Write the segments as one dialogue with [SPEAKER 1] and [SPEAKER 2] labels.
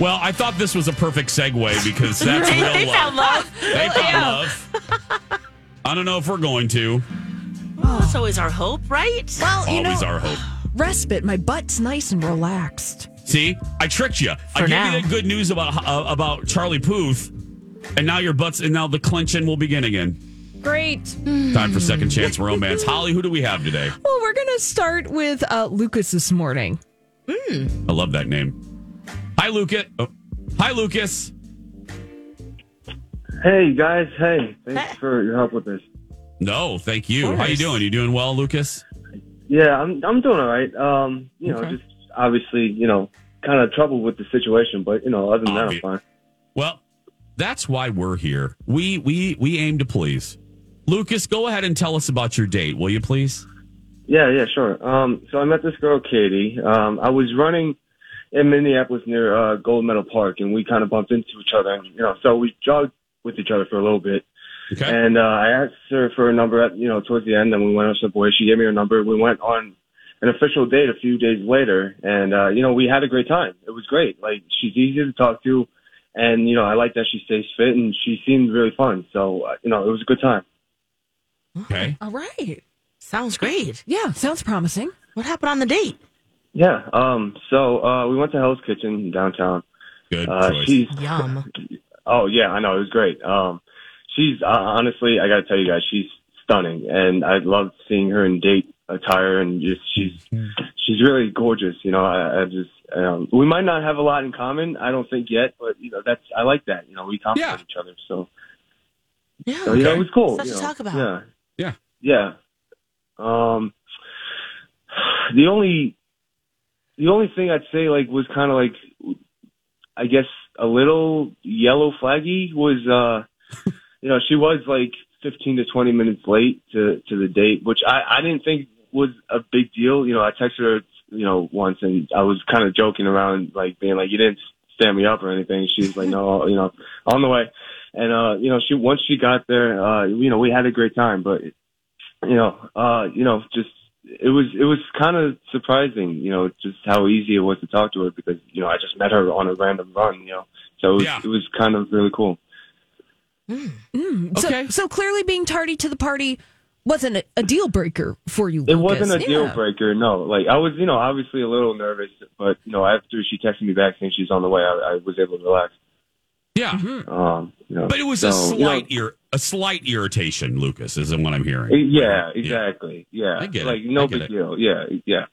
[SPEAKER 1] Well, I thought this was a perfect segue because that's real
[SPEAKER 2] they
[SPEAKER 1] love.
[SPEAKER 2] found love.
[SPEAKER 1] They found love. I don't know if we're going to.
[SPEAKER 2] That's always our hope, right?
[SPEAKER 3] Well, you know,
[SPEAKER 1] Always our hope.
[SPEAKER 3] respite. My butt's nice and relaxed.
[SPEAKER 1] See, I tricked you. I
[SPEAKER 2] For
[SPEAKER 1] gave
[SPEAKER 2] now.
[SPEAKER 1] you the good news about uh, about Charlie Puth, and now your butts, and now the clenching will begin again.
[SPEAKER 3] Great. Mm.
[SPEAKER 1] Time for second chance romance. Holly, who do we have today?
[SPEAKER 3] Well, we're gonna start with uh, Lucas this morning.
[SPEAKER 1] I love that name. Hi, Lucas. Oh. Hi, Lucas.
[SPEAKER 4] Hey guys, hey, thanks for your help with this.
[SPEAKER 1] No, thank you. How you
[SPEAKER 3] course.
[SPEAKER 1] doing? You doing well, Lucas?
[SPEAKER 4] Yeah, I'm I'm doing all right. Um, you know, just obviously, you know, kind of troubled with the situation, but you know, other than that, I'm
[SPEAKER 1] Obvi-
[SPEAKER 4] fine.
[SPEAKER 1] Well, that's why we're here. We we we aim to please. Lucas, go ahead and tell us about your date, will you please?
[SPEAKER 4] Yeah, yeah, sure. Um, so I met this girl, Katie. Um, I was running in Minneapolis near uh, Gold Medal Park, and we kind of bumped into each other, and you know, so we jogged with each other for a little bit.
[SPEAKER 1] Okay.
[SPEAKER 4] And uh, I asked her for a number at you know towards the end, and we went on Subway. She gave me her number. We went on an official date a few days later, and uh, you know we had a great time. It was great. Like she's easy to talk to, and you know I like that she stays fit, and she seemed really fun. So uh, you know it was a good time.
[SPEAKER 1] Okay.
[SPEAKER 3] All right.
[SPEAKER 2] Sounds great.
[SPEAKER 3] Yeah, sounds promising.
[SPEAKER 2] What happened on the date?
[SPEAKER 4] Yeah. Um. So uh, we went to Hell's Kitchen downtown.
[SPEAKER 1] Good
[SPEAKER 4] Uh,
[SPEAKER 1] choice.
[SPEAKER 4] she's
[SPEAKER 2] Yum.
[SPEAKER 4] Oh yeah, I know it was great. Um, she's uh, honestly, I got to tell you guys, she's stunning, and I love seeing her in date attire, and just she's she's really gorgeous. You know, I, I just um, we might not have a lot in common, I don't think yet, but you know, that's I like that. You know, we compliment
[SPEAKER 1] Yeah.
[SPEAKER 4] each other, so,
[SPEAKER 2] Yeah.
[SPEAKER 4] so you know, it was cool.
[SPEAKER 2] Stuff
[SPEAKER 4] you
[SPEAKER 2] to
[SPEAKER 4] know,
[SPEAKER 2] talk about.
[SPEAKER 4] Yeah,
[SPEAKER 1] Yeah.
[SPEAKER 4] yeah. Um, the only the only thing I'd say like was kind of like I guess a little yellow flaggy was uh you know she was like 15 to 20 minutes late to to the date which I I didn't think was a big deal you know I texted her you know once and I was kind of joking around like being like you didn't stand me up or anything she was like no you know on the way and uh you know she once she got there uh you know we had a great time but you know, uh, you know, just it was it was kind of surprising, you know, just how easy it was to talk to her because you know I just met her on a random run, you know, so it was,
[SPEAKER 1] Yeah.
[SPEAKER 4] it was kind of really cool.
[SPEAKER 3] Mm, so-
[SPEAKER 1] Okay.
[SPEAKER 3] So, clearly, being tardy to the party wasn't a, a deal breaker for you.
[SPEAKER 4] It
[SPEAKER 3] Lucas.
[SPEAKER 4] wasn't a deal
[SPEAKER 3] Yeah.
[SPEAKER 4] breaker, no. Like I was, you know, obviously a little nervous, but you know, after she texted me back saying she's on the way, I, I was able to relax.
[SPEAKER 1] yeah.
[SPEAKER 4] Um, you know,
[SPEAKER 1] But it was a
[SPEAKER 4] so, you know,
[SPEAKER 1] slight ir- a slight irritation, Lucas, isn't what I'm hearing.
[SPEAKER 4] Eh, Yeah, exactly. Yeah,
[SPEAKER 1] I get it.
[SPEAKER 4] like no
[SPEAKER 1] I get
[SPEAKER 4] big
[SPEAKER 1] it.
[SPEAKER 4] deal. Yeah, yeah.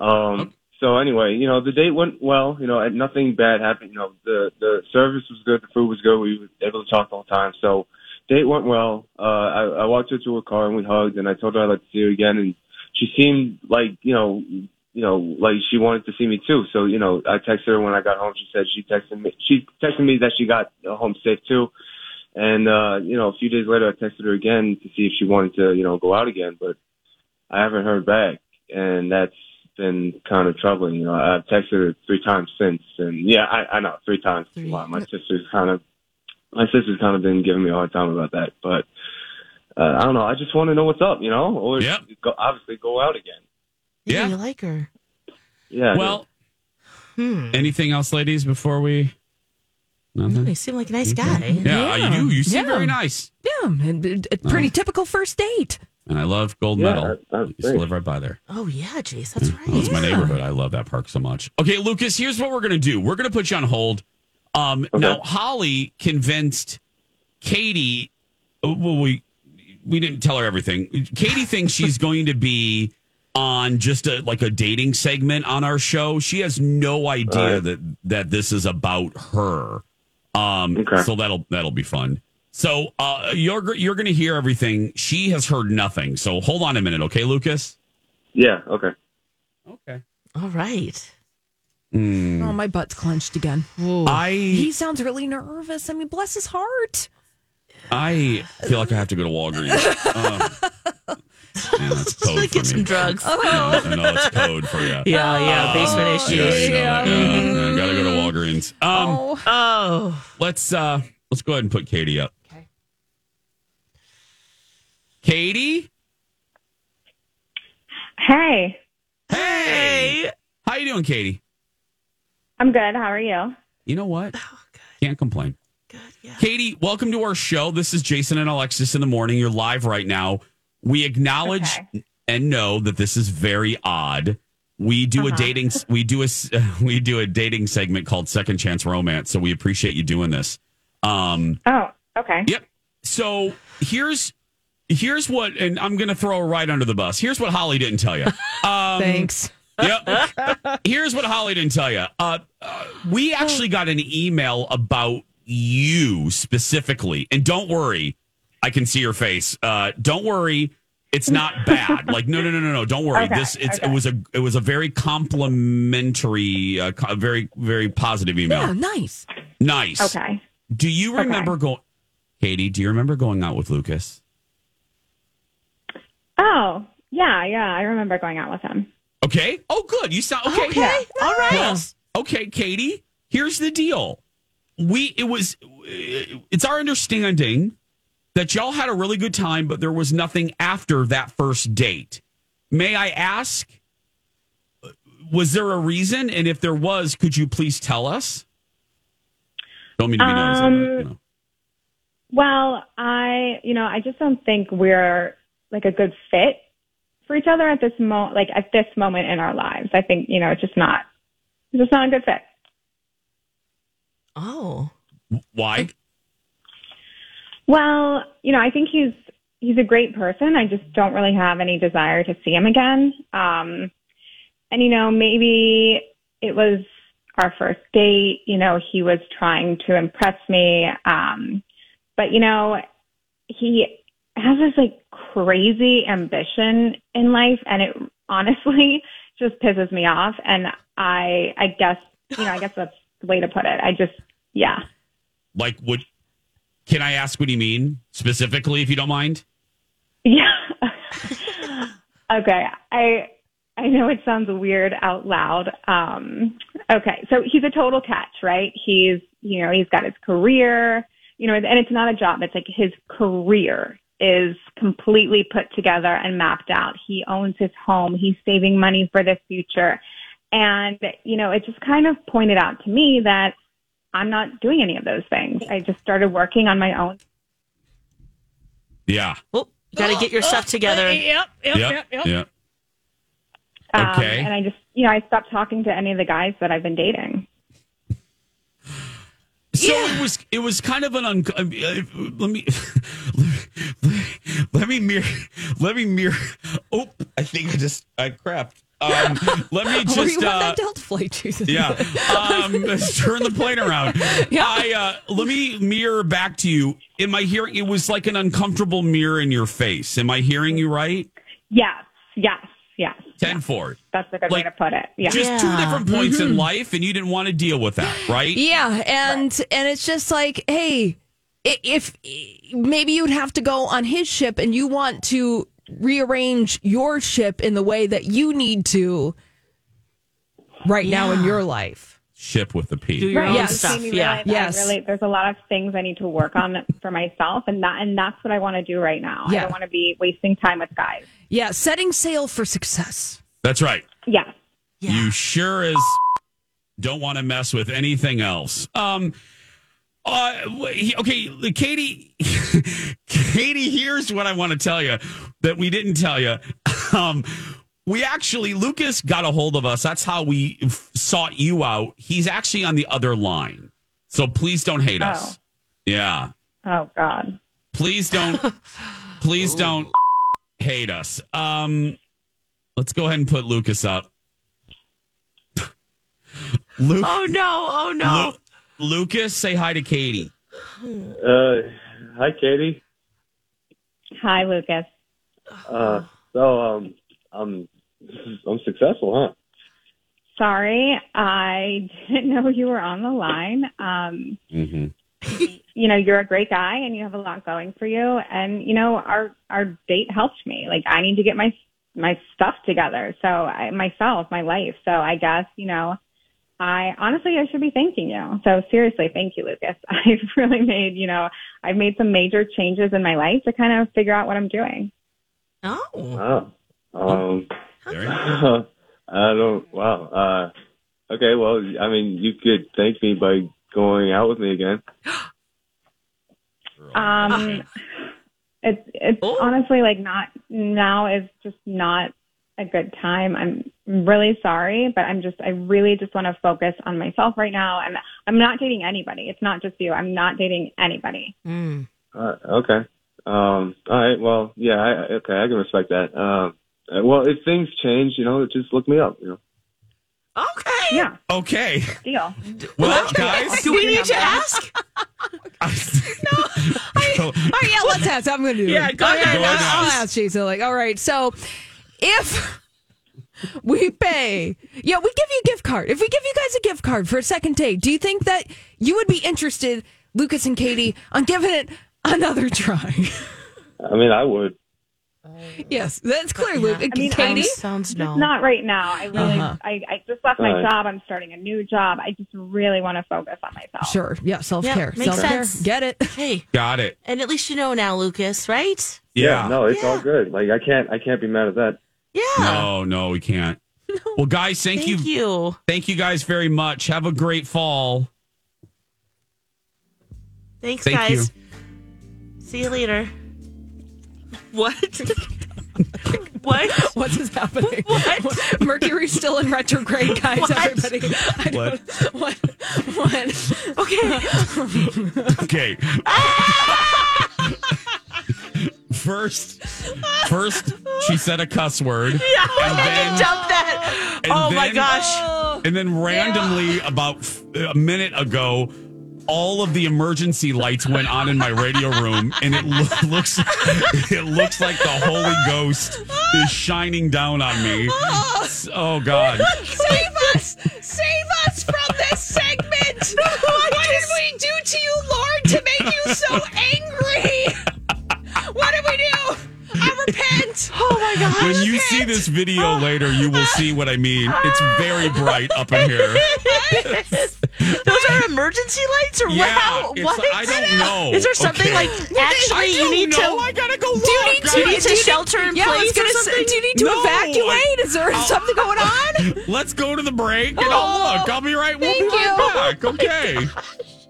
[SPEAKER 4] Um.
[SPEAKER 1] Okay.
[SPEAKER 4] So anyway, you know, the date went well. You know, and nothing bad happened. You know, the the service was good, the food was good. We were able to talk the whole time. So date went well. Uh, I, I walked her to her car and we hugged, and I told her I'd like to see her again, and she seemed like you know, you know, like she wanted to see me too. So you know, I texted her when I got home. She said she texted me. She texted me that she got home safe too. And uh, you know, a few days later, I texted her again to see if she wanted to, you know, go out again, but I haven't heard back, and that's been kind of troubling. You know, I've texted her three times since, and yeah, I, I know three times. is a lot. My sister's kind of, my sister's kind of been giving me a hard time about that, but uh, I don't know. I just want to know what's up, you know, or
[SPEAKER 1] Yeah.
[SPEAKER 4] go, obviously go out again.
[SPEAKER 1] Yeah.
[SPEAKER 2] You like her.
[SPEAKER 4] Yeah.
[SPEAKER 1] Well,
[SPEAKER 2] Hmm.
[SPEAKER 1] anything else, ladies, before we?
[SPEAKER 2] Oh,
[SPEAKER 1] Nothing.
[SPEAKER 2] You seem like a nice guy.
[SPEAKER 1] Yeah,
[SPEAKER 3] Yeah.
[SPEAKER 1] you do. You seem
[SPEAKER 3] Yeah.
[SPEAKER 1] very nice,
[SPEAKER 3] Yeah, and it- it- pretty typical first date.
[SPEAKER 1] and I love Gold
[SPEAKER 4] Yeah,
[SPEAKER 1] Medal.
[SPEAKER 4] that- that's
[SPEAKER 1] I used to
[SPEAKER 4] great.
[SPEAKER 1] live right by there.
[SPEAKER 2] Oh yeah, Jace, that's
[SPEAKER 1] Well, Oh, it's
[SPEAKER 2] right.
[SPEAKER 1] my neighborhood. I love that park so much. Okay, Lucas, here's what we're going to do. We're going to put you on hold. Um, Now Holly convinced Katie. oh, Well, we we didn't tell her everything. Katie thinks she's going to be on just a like a dating segment on our show. She has no idea
[SPEAKER 4] Right.
[SPEAKER 1] that that this is about her. Um,
[SPEAKER 4] Okay.
[SPEAKER 1] so that'll that'll be fun. So uh, you're gr- you're going to hear everything. She has heard nothing. So hold on a minute, okay, Lucas.
[SPEAKER 4] Yeah. Okay.
[SPEAKER 1] Okay.
[SPEAKER 2] All right.
[SPEAKER 3] Oh, my butt's clenched again.
[SPEAKER 4] Mm.
[SPEAKER 1] I
[SPEAKER 3] He sounds really nervous. I mean, bless his heart.
[SPEAKER 1] I feel like I have to go to Walgreens. Um, yeah, that's code
[SPEAKER 2] Like,
[SPEAKER 1] for
[SPEAKER 2] get
[SPEAKER 1] me.
[SPEAKER 2] some drugs. Oh.
[SPEAKER 1] Yeah, I know it's code for you.
[SPEAKER 2] Yeah, Oh, yeah, basement
[SPEAKER 1] Yeah,
[SPEAKER 2] issues.
[SPEAKER 1] you know that. Yeah, yeah, gotta go to Walgreens. Um,
[SPEAKER 3] oh,
[SPEAKER 2] Oh,
[SPEAKER 1] let's uh, let's go ahead and put Katie up. Okay. Katie,
[SPEAKER 5] Hey,
[SPEAKER 1] hey, how you doing, Katie?
[SPEAKER 5] I'm good. How are you?
[SPEAKER 1] You know what? Can't complain.
[SPEAKER 2] Oh, good. Yeah.
[SPEAKER 1] Katie, welcome to our show. This is Jason and Alexis in the morning. You're live right now. We acknowledge and know that this is very odd. We do
[SPEAKER 2] Uh-huh.
[SPEAKER 1] a dating we do a s- we do a dating segment called Second Chance Romance. So we appreciate you doing this. Um,
[SPEAKER 5] Oh, okay.
[SPEAKER 1] yep. So here's here's what, and I'm going to throw her right under the bus. Here's what Holly didn't tell you.
[SPEAKER 3] thanks.
[SPEAKER 1] Yep. Here's what Holly didn't tell you. Uh, uh, we actually got an email about you specifically, and don't worry, I can see your face. Uh, don't worry, it's not bad. like no, no, no, no, no. Don't worry.
[SPEAKER 5] Okay,
[SPEAKER 1] this it's, it
[SPEAKER 5] okay.
[SPEAKER 1] was a it was a very complimentary, uh, co- very very positive email.
[SPEAKER 3] Yeah, nice.
[SPEAKER 1] Nice.
[SPEAKER 5] Okay.
[SPEAKER 1] Do you remember going, Katie? Do you remember going out with Lucas?
[SPEAKER 5] Oh, yeah, yeah. I remember going out with him.
[SPEAKER 1] Okay. Oh, good. You sound okay.
[SPEAKER 5] Okay.
[SPEAKER 1] All right. okay, Katie. Here's the deal. We it was it's our understanding that y'all had a really good time, but there was nothing after that first date. May I ask? Was there a reason? And if there was, could you please tell us? Don't mean to be nosy,
[SPEAKER 5] Um,
[SPEAKER 1] but, you know.
[SPEAKER 5] Well, I, you know, I just don't think we're like a good fit for each other at this moment, like at this moment in our lives. I think, you know, it's just not, it's just not a good fit.
[SPEAKER 2] Oh.
[SPEAKER 1] Why?
[SPEAKER 5] Well, you know, I think he's, he's a great person. I just don't really have any desire to see him again. Um, and you know, maybe it was our first date, you know, he was trying to impress me. Um, but you know, he has this like crazy ambition in life and it honestly just pisses me off and i i guess you know i guess that's the way to put it i just yeah
[SPEAKER 1] Like what can I ask what you mean specifically if you don't mind?
[SPEAKER 5] yeah okay i i know it sounds weird out loud um okay so he's a total catch right he's you know he's got his career you know and it's not a job it's like his career is completely put together and mapped out he owns his home he's saving money for the future and you know it just kind of pointed out to me that i'm not doing any of those things i just started working on my own
[SPEAKER 1] Yeah.
[SPEAKER 2] Well, you got to get your stuff together.
[SPEAKER 1] Yep. Yep. yep.
[SPEAKER 5] Um,
[SPEAKER 1] Okay.
[SPEAKER 5] And I just, you know, I stopped talking to any of the guys that I've been dating.
[SPEAKER 1] So it was it was kind of an un- uh, let me let me mirror let me mirror oh I think I just I crapped um let me
[SPEAKER 3] Were you
[SPEAKER 1] just
[SPEAKER 3] on
[SPEAKER 1] uh,
[SPEAKER 3] that Delta flight, Jason?
[SPEAKER 1] yeah um turn the plane around I uh let me mirror back to you am I hearing it was like an uncomfortable mirror in your face am I hearing you right
[SPEAKER 5] Yes, yes, yes.
[SPEAKER 1] ten four
[SPEAKER 5] That's a good way
[SPEAKER 1] Like,
[SPEAKER 5] to put it. Yeah.
[SPEAKER 1] just two
[SPEAKER 2] Yeah. Mm-hmm.
[SPEAKER 1] different points in life and you didn't want to deal with that right
[SPEAKER 3] Yeah, and and it's just like, hey, i- if maybe you'd have to go on his ship, and you want to rearrange your ship in the way that you need to right now in your life.
[SPEAKER 1] ship with a
[SPEAKER 2] Do
[SPEAKER 1] P
[SPEAKER 2] your own
[SPEAKER 3] Yes.
[SPEAKER 2] stuff.
[SPEAKER 5] Made me
[SPEAKER 2] Yeah.
[SPEAKER 5] realize
[SPEAKER 3] Yes.
[SPEAKER 5] I really, there's a lot of things I need to work on for myself, and that, and that's what I want to do right now.
[SPEAKER 3] Yeah.
[SPEAKER 5] I don't want to be wasting time with guys.
[SPEAKER 3] Yeah, setting sail for success.
[SPEAKER 1] that's right
[SPEAKER 5] Yes.
[SPEAKER 2] Yeah.
[SPEAKER 1] You sure as don't want to mess with anything else. Um, uh, he- okay, Katie, Katie, here's what I want to tell you that we didn't tell you. Um, we actually, Lucas got a hold of us. That's how we f- sought you out. He's actually on the other line. So please don't hate us.
[SPEAKER 5] Oh.
[SPEAKER 1] Yeah.
[SPEAKER 5] Oh God.
[SPEAKER 1] Please don't. please don't hate us. Um, let's go ahead and put Lucas up. Luke,
[SPEAKER 2] Oh no! Oh no!
[SPEAKER 1] Lu- Lucas, say hi to Katie.
[SPEAKER 4] Uh, hi, Katie.
[SPEAKER 5] Hi, Lucas.
[SPEAKER 4] Uh, so um, I'm I'm successful, huh?
[SPEAKER 5] Sorry, I didn't know you were on the line. Um,
[SPEAKER 4] Mm-hmm.
[SPEAKER 5] you know, you're a great guy and you have a lot going for you. And you know, our our date helped me. Like, I need to get my my stuff together. So I, myself, my life. So I guess you know, I honestly I should be thanking you. So seriously, thank you, Lucas. I've really made you know I've made some major changes in my life to kind of figure out what I'm doing.
[SPEAKER 2] No. Oh.
[SPEAKER 4] Wow. Um,
[SPEAKER 1] There you go.
[SPEAKER 4] I don't. Wow. Uh, okay. Well, I mean, you could thank me by going out with me again.
[SPEAKER 5] Um, it's it's
[SPEAKER 2] Oh.
[SPEAKER 5] honestly like not now is just not a good time. I'm really sorry, but I'm just I really just want to focus on myself right now. I'm I'm not dating anybody. It's not just you. I'm not dating anybody.
[SPEAKER 2] Mm.
[SPEAKER 4] Uh, okay. Um, all right. Well, yeah. I, I- okay. I can respect that. Um, uh, well, if things change, you know, just look me up. You know.
[SPEAKER 2] Okay.
[SPEAKER 5] Yeah,
[SPEAKER 1] Okay.
[SPEAKER 5] deal.
[SPEAKER 1] Well, guys.
[SPEAKER 2] Do we need to ask?
[SPEAKER 1] no.
[SPEAKER 3] All right, yeah, let's ask. I'm going to do
[SPEAKER 2] Yeah,
[SPEAKER 3] it.
[SPEAKER 2] go ahead,
[SPEAKER 3] I'll,
[SPEAKER 1] let's
[SPEAKER 3] I'll
[SPEAKER 1] ask.
[SPEAKER 3] ask Jason. Like, all right, so if we pay, yeah, we give you a gift card. If we give you guys a gift card for a second date, do you think that you would be interested, Lucas and Katie, on giving it another try?
[SPEAKER 4] I mean, I would.
[SPEAKER 3] yes, that's clear, Luke.
[SPEAKER 5] mean,
[SPEAKER 3] Katie?
[SPEAKER 2] sounds
[SPEAKER 5] Just
[SPEAKER 2] no.
[SPEAKER 5] not right now. I really I, I just left my
[SPEAKER 4] All right.
[SPEAKER 5] job. I'm starting a new job. I just really want to focus on myself.
[SPEAKER 3] Sure. Yeah, self care.
[SPEAKER 2] makes
[SPEAKER 3] self care.
[SPEAKER 2] sense.
[SPEAKER 3] Get it.
[SPEAKER 2] hey,
[SPEAKER 1] Got it.
[SPEAKER 2] and at least you know now, Lucas, right?
[SPEAKER 1] Yeah.
[SPEAKER 4] No, it's
[SPEAKER 2] Yeah.
[SPEAKER 4] all good. Like I can't. I can't be mad at that.
[SPEAKER 2] Yeah.
[SPEAKER 1] No, no, we can't. Well, guys, thank,
[SPEAKER 2] Thank,
[SPEAKER 1] you.
[SPEAKER 2] you.
[SPEAKER 1] Thank you guys very much. Have a great fall.
[SPEAKER 2] Thanks,
[SPEAKER 1] Thank
[SPEAKER 2] guys. See you later. What? what?
[SPEAKER 3] What is happening?
[SPEAKER 2] What?
[SPEAKER 3] Mercury's still in retrograde, guys,
[SPEAKER 2] What?
[SPEAKER 3] everybody. I don't- What? What?
[SPEAKER 2] Okay.
[SPEAKER 1] Okay. first, first, she said a cuss word.
[SPEAKER 2] Yeah, we're
[SPEAKER 1] And
[SPEAKER 2] gonna
[SPEAKER 1] then-
[SPEAKER 2] dump that.
[SPEAKER 1] and
[SPEAKER 2] Oh my
[SPEAKER 1] then-
[SPEAKER 2] gosh.
[SPEAKER 1] And then randomly, about f- a minute ago, all of the emergency lights went on in my radio room, and it loo- looks it looks like the Holy Ghost is shining down on me.
[SPEAKER 3] Ah!
[SPEAKER 1] S- Oh God!
[SPEAKER 3] Save us! Save us from this segment! What did we do to you, Lord, to make you so angry? What did we do? I repent! Oh my God!
[SPEAKER 1] When you see this video later, you will see what I mean. It's very bright up in here.
[SPEAKER 2] Those are emergency lights or
[SPEAKER 1] Yeah,
[SPEAKER 2] wow,
[SPEAKER 1] it's-
[SPEAKER 2] what?
[SPEAKER 1] I don't know.
[SPEAKER 2] Is there something
[SPEAKER 1] Okay.
[SPEAKER 2] like actually you need to
[SPEAKER 1] I gotta go
[SPEAKER 3] Do you need
[SPEAKER 2] Do you need to
[SPEAKER 3] do you
[SPEAKER 2] shelter in
[SPEAKER 3] yeah, I was
[SPEAKER 2] place or
[SPEAKER 3] gonna say,
[SPEAKER 2] something? Oh.
[SPEAKER 3] do you need to
[SPEAKER 1] No,
[SPEAKER 3] evacuate? Is there
[SPEAKER 1] I'll-
[SPEAKER 3] something going on?
[SPEAKER 1] Let's go to the break and I'll
[SPEAKER 3] Oh,
[SPEAKER 1] look. I'll be right. We'll
[SPEAKER 3] thank
[SPEAKER 2] Oh
[SPEAKER 1] be right
[SPEAKER 3] you.
[SPEAKER 1] back. Okay.